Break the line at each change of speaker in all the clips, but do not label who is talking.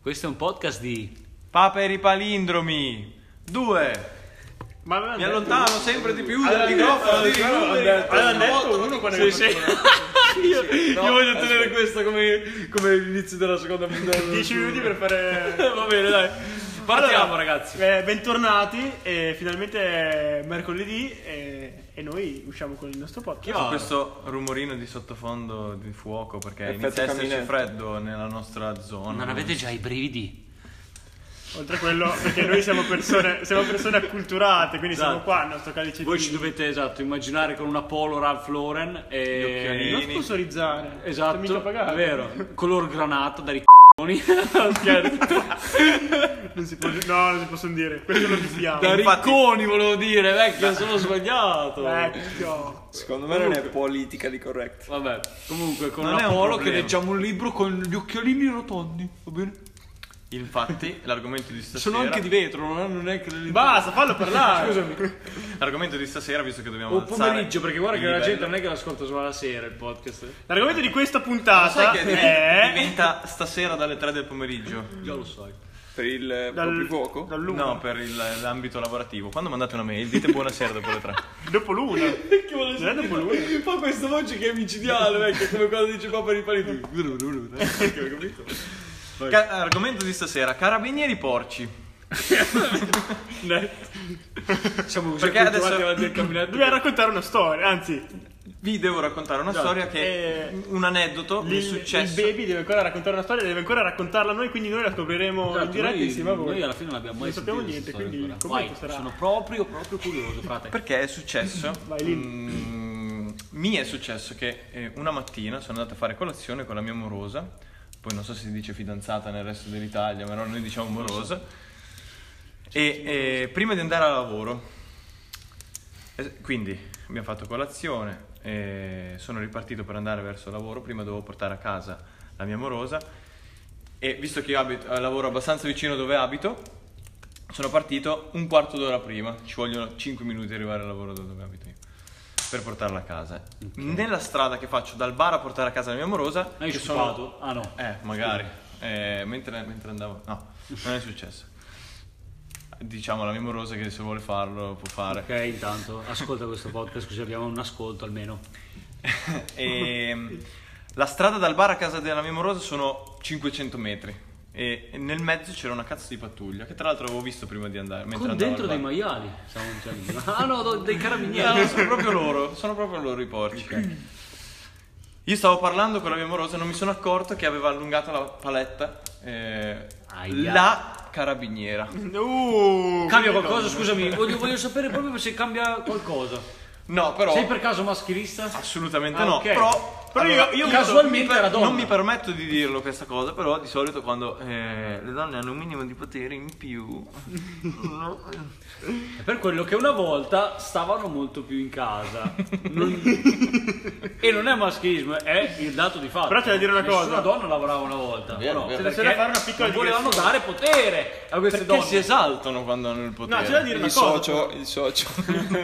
Questo è un podcast di...
Paperi palindromi. Due.
Ma
Mi allontano sempre di più
Allora,
dal microfono.
allora,
di
allora,
rivolo,
allora,
di-
allora, detto uno quando
Sì,
è
sì.
Io voglio tenere questo come, come l'inizio della seconda puntata. 10 minuti per fare.
Va bene, dai. Partiamo,
Allora,
ragazzi.
eh, bentornati, e finalmente è mercoledì e, e noi usciamo con il nostro podcast.
C'è questo rumorino di sottofondo di fuoco perché
Effetto
inizia a esserci
camminetto.
freddo nella nostra zona.
Non avete già i brividi?
Oltre a quello, perché noi siamo persone, siamo persone acculturate, quindi siamo
Esatto.
qua al nostro calice
Voi
di
ci dovete esatto, immaginare con una polo Ralph Lauren
occhialini.
e
Non sponsorizzare.
esatto,
Non mica pagare.
vero, color granato dai c***oni. Scherzo.
Non si può- no, non si possono dire. Questo lo dispiamo.
Da
Infatti-
ricconi volevo dire, vecchio, sono sbagliato.
Vecchio.
Secondo me non è politica di corretto.
Vabbè, comunque con
Non è
una
un
polo che
problema.
leggiamo un libro con gli occhialini rotondi, va bene?
Infatti, l'argomento di stasera
Sono anche di vetro, non è, non è che le
Basta, fallo parlare. Scusami.
L'argomento di stasera, visto che dobbiamo
O
alzare
pomeriggio, perché guarda
il
che la gente
livello-
non è che l'ascolta solo la sera il podcast.
L'argomento di questa puntata
Sai che
Eh?
è
div- diventa stasera dalle 3 del pomeriggrio.
Io lo so.
Per il eh, proprio fuoco?
dall'una.
No, per il- l'ambito lavorativo. Quando mandate una mail, dite buonasera dopo le 3.
Dopo l'una. Non è dopo l'una.
Fa questa voce che è micidiale, vecchio, come quando dice papà ripari tu.
Ca- argomento di stasera: carabinieri porci.
Siamo così
Perché
acculturati
adesso-
davanti al camminato.
Dobbiamo raccontare una storia, anzi,
Vi devo raccontare una storia che
Esatto. Eh,
un aneddoto mi è
il,
successo.
il baby deve ancora raccontare una storia, deve ancora raccontarla a noi, quindi noi la scopriremo
Esatto,
in diretta
noi-
insieme a voi.
Noi alla fine non abbiamo mai
Non sappiamo
sentito
niente,
questa
quindi
storia
come
ancora. Vai,
sarà?
sono proprio, proprio curioso, frate.
Perché è successo?
Vai, Lin.
mm, mi è successo che eh, una mattina sono andato a fare colazione con la mia morosa. Poi non so se si dice fidanzata nel resto dell'Italia, ma no, noi diciamo morosa. E eh, prima di andare al lavoro, eh, quindi abbiamo fatto colazione, eh, sono ripartito per andare verso il lavoro. Prima dovevo portare a casa la mia morosa. E visto che io abito- eh, lavoro abbastanza vicino dove abito, sono partito un quarto d'ora prima, ci vogliono 5 minuti arrivare al lavoro da dove abito io, per portarla a casa. Nella strada che faccio dal bar a portare a casa la mia morosa,
Hai
che
scopato? Ah no.
Eh, magari. Eh, mentre, mentre andavo... No, non è successo. Diciamo alla mia morosa che se vuole farlo può fare.
Ok, intanto ascolta questo podcast così abbiamo un ascolto almeno.
e Ehm, la strada dal bar a casa della mia morosa sono 500 metri. E nel mezzo c'era una cazzo di pattuglia, che tra l'altro avevo visto prima di andare. mentre
Con
andavo
dentro
al
dei
bar.
maiali. Siamo un giardino. Ah no, do- dei
No,
carabinieri.
no, sono proprio loro, sono proprio loro i porci. Io stavo parlando con la mia morosa, non mi sono accorto che aveva allungato la paletta eh,
Aia.
la carabiniera.
Uh,
Cambia qualcosa, scusami, voglio, voglio sapere proprio se cambia qualcosa.
No, però
Sei per caso maschilista?
assolutamente
Ah,
no,
ok.
però
Però io- io
mi-
casualmente
mi per-
era donna.
Non mi permetto di dirlo questa cosa, però di solito quando eh, le donne hanno un minimo di potere in più
È per quello che una volta stavano molto più in casa. Non- e non è maschilismo, è il dato di fatto.
Però c'è da dire una
Nessuna
cosa.
donna lavorava una volta.
Vero,
o no?
vero.
C'è da- c'è
Perché
da fare una piccola
non volevano
digressione.
dare potere a queste
perché
donne.
si esaltano quando hanno il potere.
Eh,
No, c'è da dire una
Il
cosa.
socio, il socio.
Una
Certo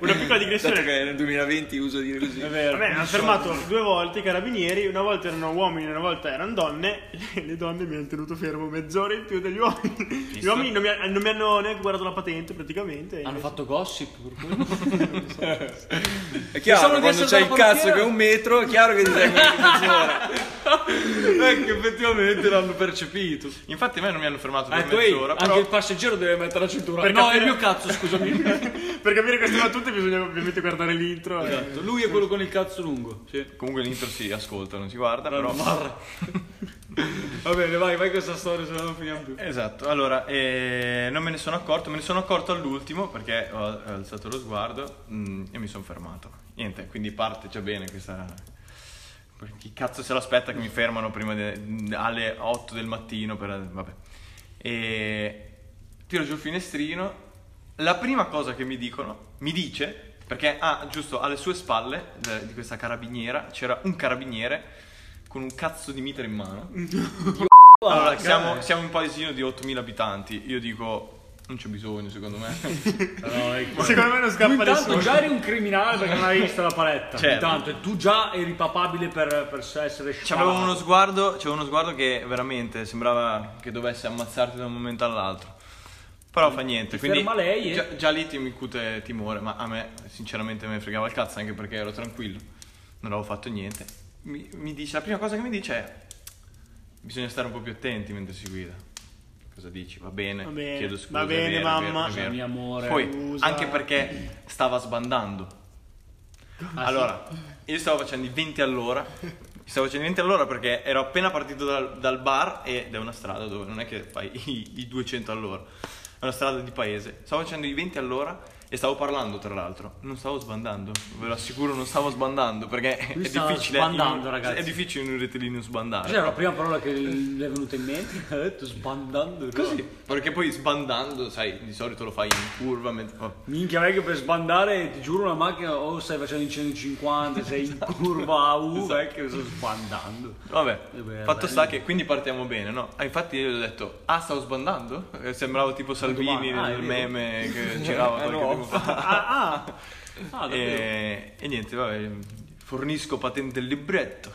piccola
Dato
digressione.
che nel 2020 uso dire così.
Eh,
È vero.
Vabbè, hanno fermato due volte i carabinieri, una volta erano uomini, una volta erano donne. Le, le donne mi hanno tenuto fermo mezz'ora in più degli uomini. Gli uomini non mi, ha- non mi hanno neanche guardato la patente praticamente.
Hanno fatto gossip per quello.
È chiaro,
Pensavo di
quando
essere
c'è il
dalla
cazzo
parrucchiera.
che è un metro, è chiaro che ti sei mezz'ora.
che effettivamente l'hanno percepito. Infatti a me non mi hanno fermato per
Eh, tu, ehi,
mezz'ora, però
anche il passeggero deve mettere la cintura.
Per
no,
capire-
è il mio cazzo, scusami.
Per capire queste battute bisogna ovviamente guardare l'intro. e-
Esatto, Lui è quello con il cazzo lungo. Sì.
Comunque l'intro si ascolta, non si guarda, però...
Va bene, vai, vai questa storia, se no non finiamo più.
Esatto, allora, eh, non me ne sono accorto, me ne sono accorto all'ultimo perché ho alzato lo sguardo mm, e mi sono fermato. Niente, quindi parte già bene questa... Chi cazzo se l'aspetta che mi fermano prima de- alle 8 del mattino per... Vabbè. E tiro giù il finestrino, la prima cosa che mi dicono, mi dice, perché, ah, giusto, alle sue spalle de- di questa carabiniera c'era un carabiniere con un cazzo di mitra in mano. Allora, siamo, siamo in un paesino di 8.000 abitanti. Io dico, Non c'è bisogno, secondo me.
Secondo me non
Tu
scappa
intanto
nessuno.
già eri un criminale perché non avevi visto la paletta.
Certo.
Intanto, e tu già eri papabile per, per essere
C'aveva
sciapato.
uno sguardo, c'aveva uno sguardo che veramente sembrava che dovesse ammazzarti da un momento all'altro. Però fa niente,
Ti
quindi
ferma lei e-
già, già lì ti mi incute timore, ma a me sinceramente me ne fregava il cazzo anche perché ero tranquillo, non avevo fatto niente. Mi, mi dice, la prima cosa che mi dice è bisogna stare un po' più attenti mentre si guida. Cosa dici? Va bene,
Va bene,
chiedo scusa.
va
è
bene,
vero, è
mamma.
vero, è vero.
Cioè, Mio amore,
Poi,
scusa.
anche perché stava sbandando.
Ah,
Allora, io stavo facendo i 20 all'ora. Stavo facendo i 20 all'ora perché ero appena partito dal, dal bar ed è una strada dove non è che fai i, i 200 all'ora. È una strada di paese. Stavo facendo i 20 all'ora e stavo parlando, tra l'altro. Non stavo sbandando, ve lo assicuro, non stavo sbandando perché
Lui
è
stava
difficile.
sbandando,
in-
ragazzi. Cioè,
È difficile in un rettilineo sbandare.
Cos'era la prima parola che le è venuta in mente? Ha detto sbandando.
Così, perché poi sbandando, sai, di solito lo fai in curva. mentre- oh.
Minchia vecchio per sbandare, ti giuro una macchina o stai facendo in 150, sei in curva a U,
Esatto.
vecchio sto sbandando.
Vabbè,
Eh beh,
fatto
dai.
sta che quindi partiamo bene, no? Ah, infatti io gli ho detto, ah stavo sbandando? Eh, Sembravo tipo Salvini
domani. Ah,
nel
è vero. Eh,
meme che girava qualche tempo fa.
Ah, ah,
Ah,
Eh.
davvero?
E, e niente, vabbè, fornisco patente il libretto.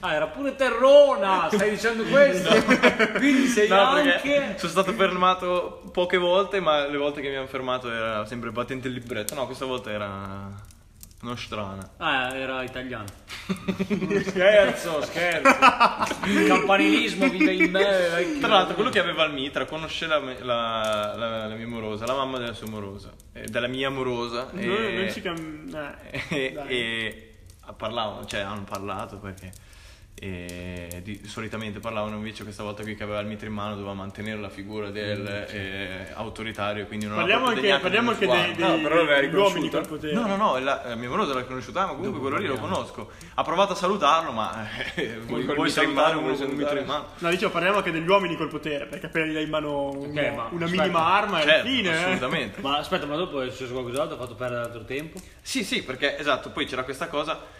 Ah, era pure Terrona, stai dicendo questo? Quindi sei
No, perché
anche...
sono stato fermato poche volte, ma le volte che mi hanno fermato era sempre patente il libretto. No, questa volta era nostrana.
Ah, era italiano.
Eh,
scherzo, scherzo. Il campanilismo vive in me, vecchio.
Tra l'altro, quello che aveva il mitra conosce la, la- la- la mia morosa, la mamma della sua morosa, eh, della mia morosa.
no,
e-
non ci cam... eh,
e,
dai.
e parlavano, cioè hanno parlato perché e di- solitamente parlavano invece questa volta qui che aveva il mitra in mano doveva mantenere la figura del eh, autoritario quindi non
Parliamo
aveva neanche
anche, parliamo anche
dello
dei,
sguardo.
dei,
No, però l'aveva
degli uomini
riconosciuta.
col potere.
No, no, no, la, eh, la mia morosa l'ha conosciuta, ah, ma comunque quello lì lo conosco. Ha provato a salutarlo, ma eh, vuoi,
col
vuoi
mitra in
salutare
mano,
uno
vuoi
con un mitra in
salutare?
mano?
No, dicevo, parliamo anche degli uomini col potere, perché appena gli dai in mano una,
ma
una
aspetta.
minima arma è
Certo,
fine. eh.
assolutamente.
Ma aspetta, ma dopo è successo qualcos'altro, ha fatto perdere altro tempo?
Sì, sì, perché esatto, poi c'era questa cosa.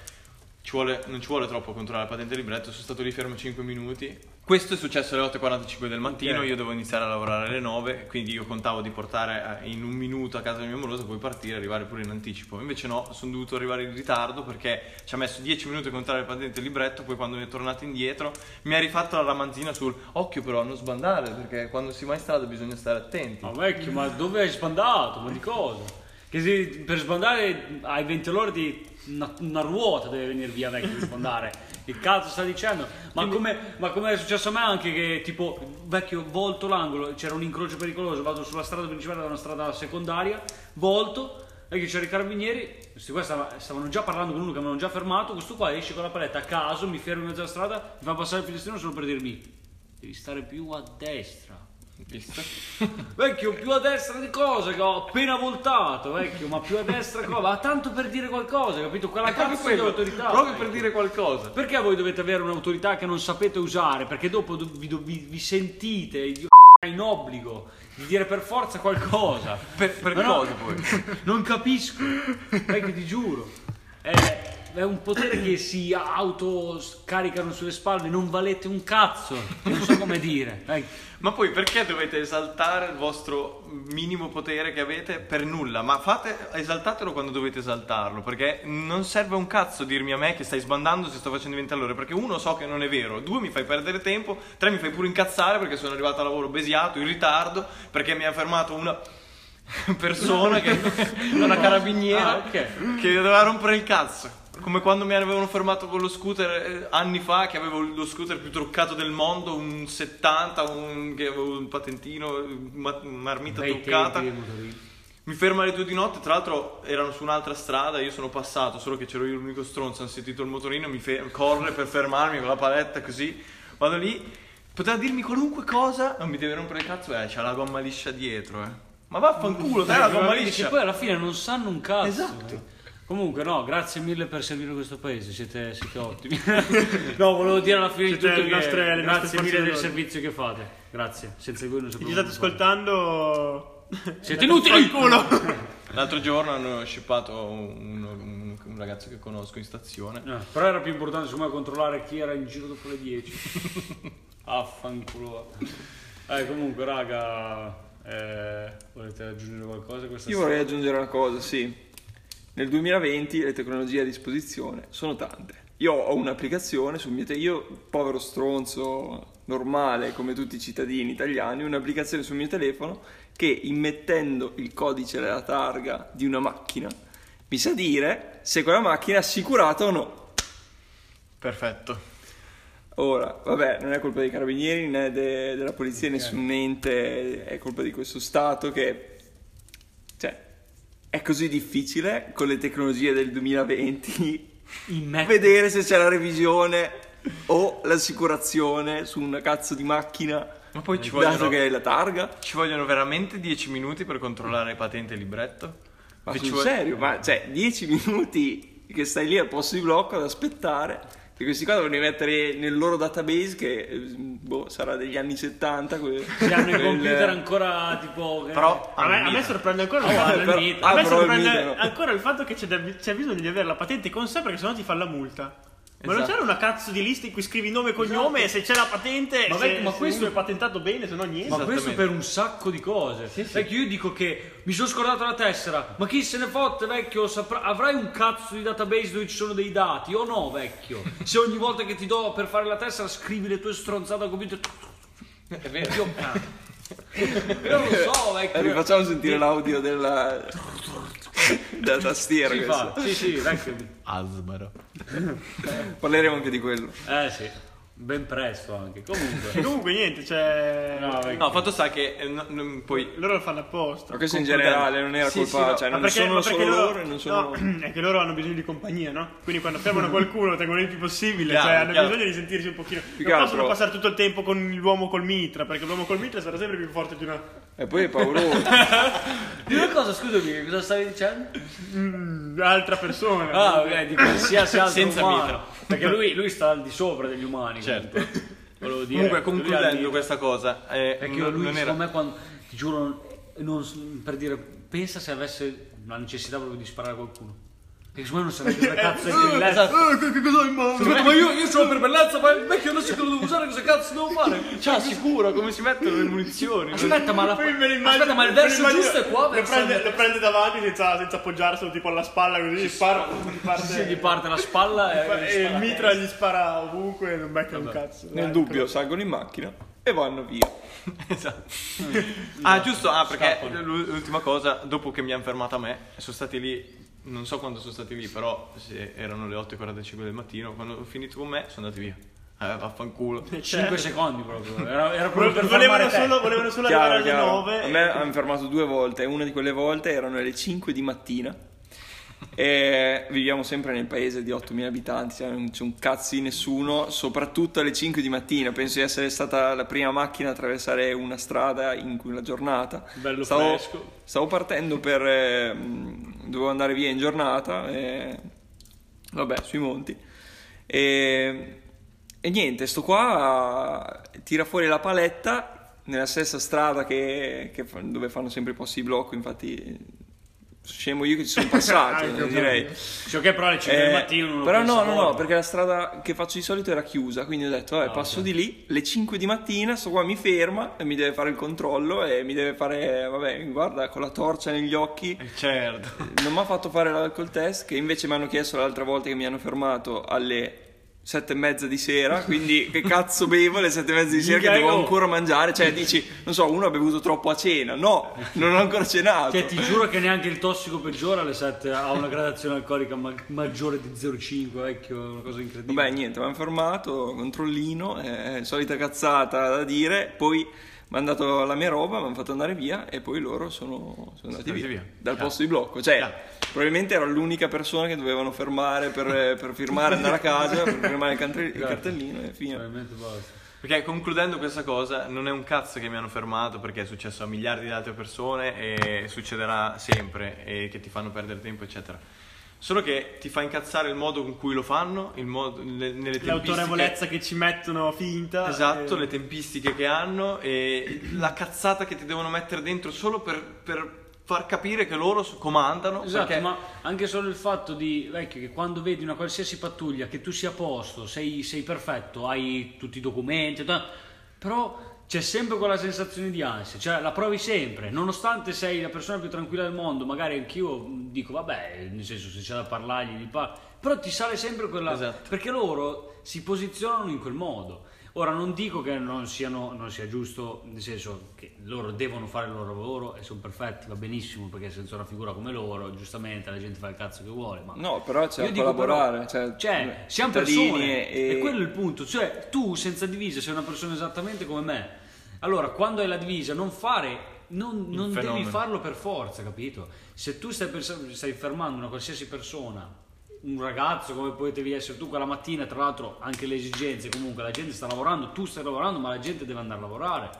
Ci vuole, non ci vuole troppo controllare la patente libretto, sono stato lì fermo 5 minuti. Questo è successo alle 8.45 del mattino,
Ok.
io dovevo iniziare a lavorare alle 9, quindi io contavo di portare eh, in un minuto a casa del mio amoroso, poi partire e arrivare pure in anticipo. Invece no, sono dovuto arrivare in ritardo perché ci ha messo 10 minuti a contare la patente libretto, poi quando è tornato indietro mi ha rifatto la ramanzina sul occhio però a non sbandare, perché quando si va in strada bisogna stare attenti.
Ma vecchio, ma dove hai sbandato? Ma di cosa? Che se per sbandare hai 20 all'ora di una, una ruota deve venire via vecchio per sbandare. Che cazzo sta dicendo? Ma come, ma come è successo a me anche che tipo vecchio volto l'angolo, c'era un incrocio pericoloso, vado sulla strada principale da una strada secondaria, volto, vecchio c'erano i carabinieri, questi qua stava- stavano già parlando con uno che mi avevano già fermato, questo qua esce con la paletta a caso, mi ferma in mezzo alla strada, mi fa passare il finestrino solo per dirmi devi stare più a destra.
Visto?
Vecchio, più a destra di cosa? Che ho appena voltato, vecchio, ma più a destra cosa? Ma tanto per dire qualcosa, capito? Quella cazzo di autorità.
proprio
vecchio.
per dire qualcosa.
Perché voi dovete avere un'autorità che non sapete usare? Perché dopo do- vi, do- vi- vi sentite idio- in obbligo di dire per forza qualcosa.
Per, per
Ma no,
cosa poi?
Non capisco, vecchio, ti giuro. È, è un potere che si autocaricano sulle spalle, non valete un cazzo. Non so come dire. vecchio.
Ma poi perché dovete esaltare il vostro minimo potere che avete per nulla? Ma fate, esaltatelo quando dovete esaltarlo, perché non serve un cazzo dirmi a me che stai sbandando se sto facendo 20 all'ora, perché uno so che non è vero, due mi fai perdere tempo, tre mi fai pure incazzare perché sono arrivato a lavoro besiato, in ritardo, perché mi ha fermato una persona che una carabiniera
Ah, ok.
che doveva rompere il cazzo. Come quando mi avevano fermato con lo scooter eh, anni fa, che avevo lo scooter più truccato del mondo, un 70, un, che avevo un patentino, una marmita
Bei
truccata.
tempi dei motorini.
Mi ferma alle due di notte, tra l'altro erano su un'altra strada, io sono passato, solo che c'ero io l'unico stronzo, hanno sentito il motorino, mi fe- corre per fermarmi con la paletta così, vado lì, poteva dirmi qualunque cosa, non mi deve rompere il cazzo, eh, c'ha la gomma liscia dietro, eh. Ma vaffanculo, dai la gomma
Che
liscia.
poi alla fine non sanno un cazzo.
Esatto.
eh. Comunque no, grazie mille per servire questo paese, siete, siete ottimi. no, volevo dire alla fine di
Siete
tutto
le
che
nostre- le nostre
grazie
forze
mille del
dell'ordine.
servizio che fate. Grazie, senza di voi non
Se
sapremmo
Ci state
cosa fare.
ascoltando...
Siete inutili!
L'altro giorno hanno scippato un, un- un ragazzo che conosco in stazione.
Eh, però era più importante secondo me controllare chi era in giro dopo le 10. Affanculo. Eh, comunque raga, è Eh, volete aggiungere qualcosa a questa
Io
storia?
vorrei aggiungere una cosa, sì. Nel 2020 le tecnologie a disposizione sono tante. Io ho un'applicazione sul mio telefono, io povero stronzo normale come tutti i cittadini italiani, un'applicazione sul mio telefono che immettendo il codice della targa di una macchina mi sa dire se quella macchina è assicurata o no.
Perfetto.
Ora, vabbè, non è colpa dei carabinieri né de- della polizia, nessun ente, è colpa di questo Stato che... Cioè, è così difficile con le tecnologie del 2020 vedere se c'è la revisione o l'assicurazione su una cazzo di macchina,
Ma poi ci
dato
vogliono,
che è la targa.
ci vogliono veramente 10 minuti per controllare patente e libretto?
Ma
Che
sul
ci vuole-
serio, ma cioè 10 minuti che stai lì al posto di blocco ad aspettare. Che questi qua devono mettere nel loro database che eh, boh, sarà degli anni 70. Que-
Se hanno i
quel-
computer ancora tipo... che-
Però
A me, a me
allora,
sorprende ancora il
Ah,
fatto,
però-
a me
ah, però
sorprende
il mito, no.
ancora il fatto che c'è, da- c'è bisogno di avere la patente con sé perché sennò ti fa la multa. Ma non
Esatto.
c'era una cazzo di lista in cui scrivi nome e cognome e se c'è la patente
Ma
se-
vecchio, ma
se
questo-
uno è patentato bene, se no niente.
Ma questo
Esattamente.
per un sacco di cose. Vecchio, io dico che mi sono scordato la tessera, ma chi se ne fotte, vecchio? Saprà- avrai un cazzo di database dove ci sono dei dati o no, vecchio? Se ogni volta che ti do per fare la tessera scrivi le tue stronzate al computer. È vero. Io, io non lo so,
Eh,
vecchio.
Rifacciamo sentire l'audio della, della tastiera.
Si
questa.
fa, Sì, sì, vecchio.
Asbaro.
Parleremo anche di quello.
Eh sì, ben presto anche. Comunque.
Comunque niente, cioè...
No, vecchio.
No, fatto sta che eh, no- non- poi
Loro lo fanno apposta.
Ma questo in
Concordando.
generale non era
Sì,
colpa,
sì, no,
cioè
Ma
non
perché,
sono
ma perché
solo loro, e non sono...
no, è che loro hanno bisogno di compagnia, no? Quindi quando fermano qualcuno lo tengono il più possibile,
Chiaro,
cioè hanno
chiaro.
bisogno di sentirsi un pochino.
Più che
non possono
altro-
passare tutto il tempo con l'uomo col mitra, perché l'uomo col mitra sarà sempre più forte di una.
E poi è pauroso.
Di una cosa, scusami, cosa stavi dicendo?
Mm, altra persona.
Ah, ok, di qualsiasi altro
Senza
umano.
mitra.
Perché lui, lui sta al di sopra degli umani.
Certo.
comunque. Volevo dire.
Comunque,
lui ha il
concludendo
mitra.
questa cosa, eh,
Perché
non-
lui,
non
secondo
era...
me, quando ti giuro, non s- per dire, pensa se avesse la necessità proprio di sparare a qualcuno. Perché secondo me non sarebbe una cazzo di bellezza.
Eh, che, che cosa ho in mano?
ma io, io sono per bellezza, ma il vecchio non so cosa devo usare, cosa cazzo devo fare?
Cioè, sicuro come si mettono le munizioni?
Aspetta, ma, la-
Poi me lo immagino-
aspetta, ma il
me lo
verso
immagino-
giusto è qua,
Lo
verso
prende, lo prende davanti senza, senza appoggiarselo tipo alla spalla così. gli spara, gli parte-
Sì, gli parte la spalla e,
e eh, il mitra gli spara ovunque e non becca un cazzo.
Nel
Dai,
dubbio salgono in macchina e vanno via.
Esatto. Ah, giusto, ah, perché l'u- l'ultima cosa, dopo che mi hanno fermato a me, sono stati lì, non so quando sono stati lì, però se erano le 8.45 del mattino, quando ho finito con me sono andati via. Eh, vaffanculo.
5 secondi proprio. Era, era proprio
Vol-
per
Cioè,
fermare
Volevano
te.
solo, volevano solo
Chiaro,
arrivare alle
chiaro.
9.
A me hanno fermato due volte, una di quelle volte erano le 5 di mattina. E viviamo sempre nel paese di 8.000 abitanti, cioè non c'è un cazzo di nessuno, soprattutto alle 5 di mattina. Penso di essere stata la prima macchina a attraversare una strada in cui la giornata.
Bello
stavo,
fresco.
Stavo partendo per... eh, mh, dovevo andare via in giornata, eh, vabbè, sui monti. E, e niente, sto qua tira fuori la paletta nella stessa strada che, che fa- dove fanno sempre i posti di blocco, infatti scemo io che ci sono passato,
Anche, Cioè,
direi.
Sì, ok, però alle 5
Eh,
del mattino non lo
però
pensa
no, no, no,
ancora.
perché la strada che faccio di solito era chiusa, quindi ho detto, vabbè,
Ah,
passo
ok.
di lì, le 5 di mattina, sto qua mi ferma e mi deve fare il controllo e mi deve fare, vabbè, guarda, con la torcia negli occhi,
Eh, Certo.
non mi ha fatto fare l'alcol test che invece mi hanno chiesto l'altra volta che mi hanno fermato alle sette e mezza di sera quindi che cazzo bevo alle sette e mezza di sera che
Minchia,
devo
oh.
ancora mangiare cioè dici non so uno ha bevuto troppo a cena no non ho ancora cenato
Cioè, ti giuro che neanche il tossico peggiore alle 7 ha una gradazione alcolica ma- maggiore di 0,5, vecchio, è una cosa incredibile.
Vabbè, niente, mi hanno fermato, controllino, eh, solita cazzata da dire, poi mi hanno dato la mia roba, mi hanno fatto andare via e poi loro sono, sono andati
andati
via,
via.
dal
Chiaro.
posto di blocco. Cioè,
Chiaro.
probabilmente ero l'unica persona che dovevano fermare per, per firmare, andare a casa, per firmare il, cantre- il cartellino e fine.
Veramente basta.
Perché concludendo questa cosa, non è un cazzo che mi hanno fermato perché è successo a miliardi di altre persone e succederà sempre e che ti fanno perdere tempo, eccetera. Solo che ti fa incazzare il modo con cui lo fanno, il modo, le- nelle tempistiche
L'autorevolezza che ci mettono finta.
Esatto,
eh,
le tempistiche che hanno e la cazzata che ti devono mettere dentro solo per, per far capire che loro so- comandano.
Esatto,
perché-
ma anche solo il fatto di, vecchio, che quando vedi una qualsiasi pattuglia, che tu sia a posto, sei, sei perfetto, hai tutti i documenti, ta- però c'è sempre quella sensazione di ansia, cioè la provi sempre, nonostante sei la persona più tranquilla del mondo, magari anch'io mh, dico vabbè, nel senso se c'è da parlargli di parlo, però ti sale sempre quella...
Esatto.
perché loro si posizionano in quel modo. Ora non dico che non, siano, non sia giusto, nel senso che loro devono fare il loro lavoro e sono perfetti, va benissimo, perché senza una figura come loro, giustamente la gente fa il cazzo che vuole, ma
No, però c'è
io
da
dico
collaborare,
però-
cioè,
cioè, siamo
cittadini
persone
e-
e... quello è il punto. Cioè, tu senza divisa sei una persona esattamente come me. Allora, quando hai la divisa, non fare. Non, non devi
fenomeno.
farlo per forza, capito? Se tu stai, pers- stai fermando una qualsiasi persona, un ragazzo come potevi essere tu quella mattina, tra l'altro anche le esigenze, comunque la gente sta lavorando, tu stai lavorando, ma la gente deve andare a lavorare.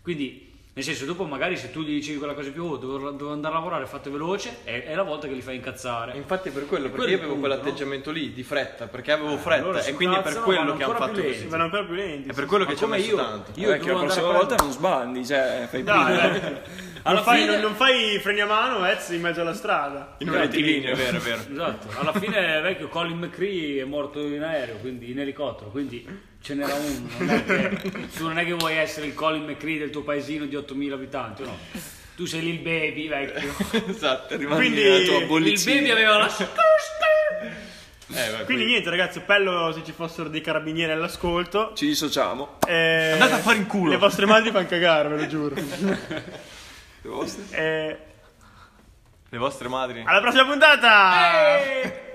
Quindi, nel senso, dopo magari se tu gli dici quella cosa in più, oh, devo, devo andare a lavorare, fate veloce, è, è la volta che li fai incazzare.
Infatti per quello, perché
Quello è
io
il
avevo
punto,
quell'atteggiamento lì di fretta, perché avevo fretta
allora si
e quindi è per
incazzano,
quello
vanno
che hanno
ancora
fatto
più
così.
lenti.
Ma non per più lenti.
È per quello
Ma
che ci ho
come
messo
io?
tanto.
Io
Vecchio,
dovevo
eh,
andare
la
a
prossima
prendere-
volta non sbandi, cioè, fai
Dai,
prima.
dai.
Alla
non, fai,
fine-
non, non fai freni a mano, Ezzi, in mezzo alla strada.
In un rettilineo, è vero, è vero.
Esatto, alla fine il vecchio Colin McCree è morto in aereo, quindi in elicottero, quindi ce n'era uno. Non è che, tu non è che vuoi essere il Colin McCree del tuo paesino di 8000 abitanti, no. Tu sei lì il baby vecchio.
esatto, rimani
Quindi-
nella tua
Il
bollicina.
baby aveva la
Eh, vabbè,
Quindi niente, ragazzi, appello se ci fossero dei carabinieri all'ascolto.
Ci dissociamo.
Eh,
Andate a fare in culo.
Le vostre madri fanno cagare, ve lo giuro.
Le vostre?
Eh,
Le vostre madri?
alla prossima puntata!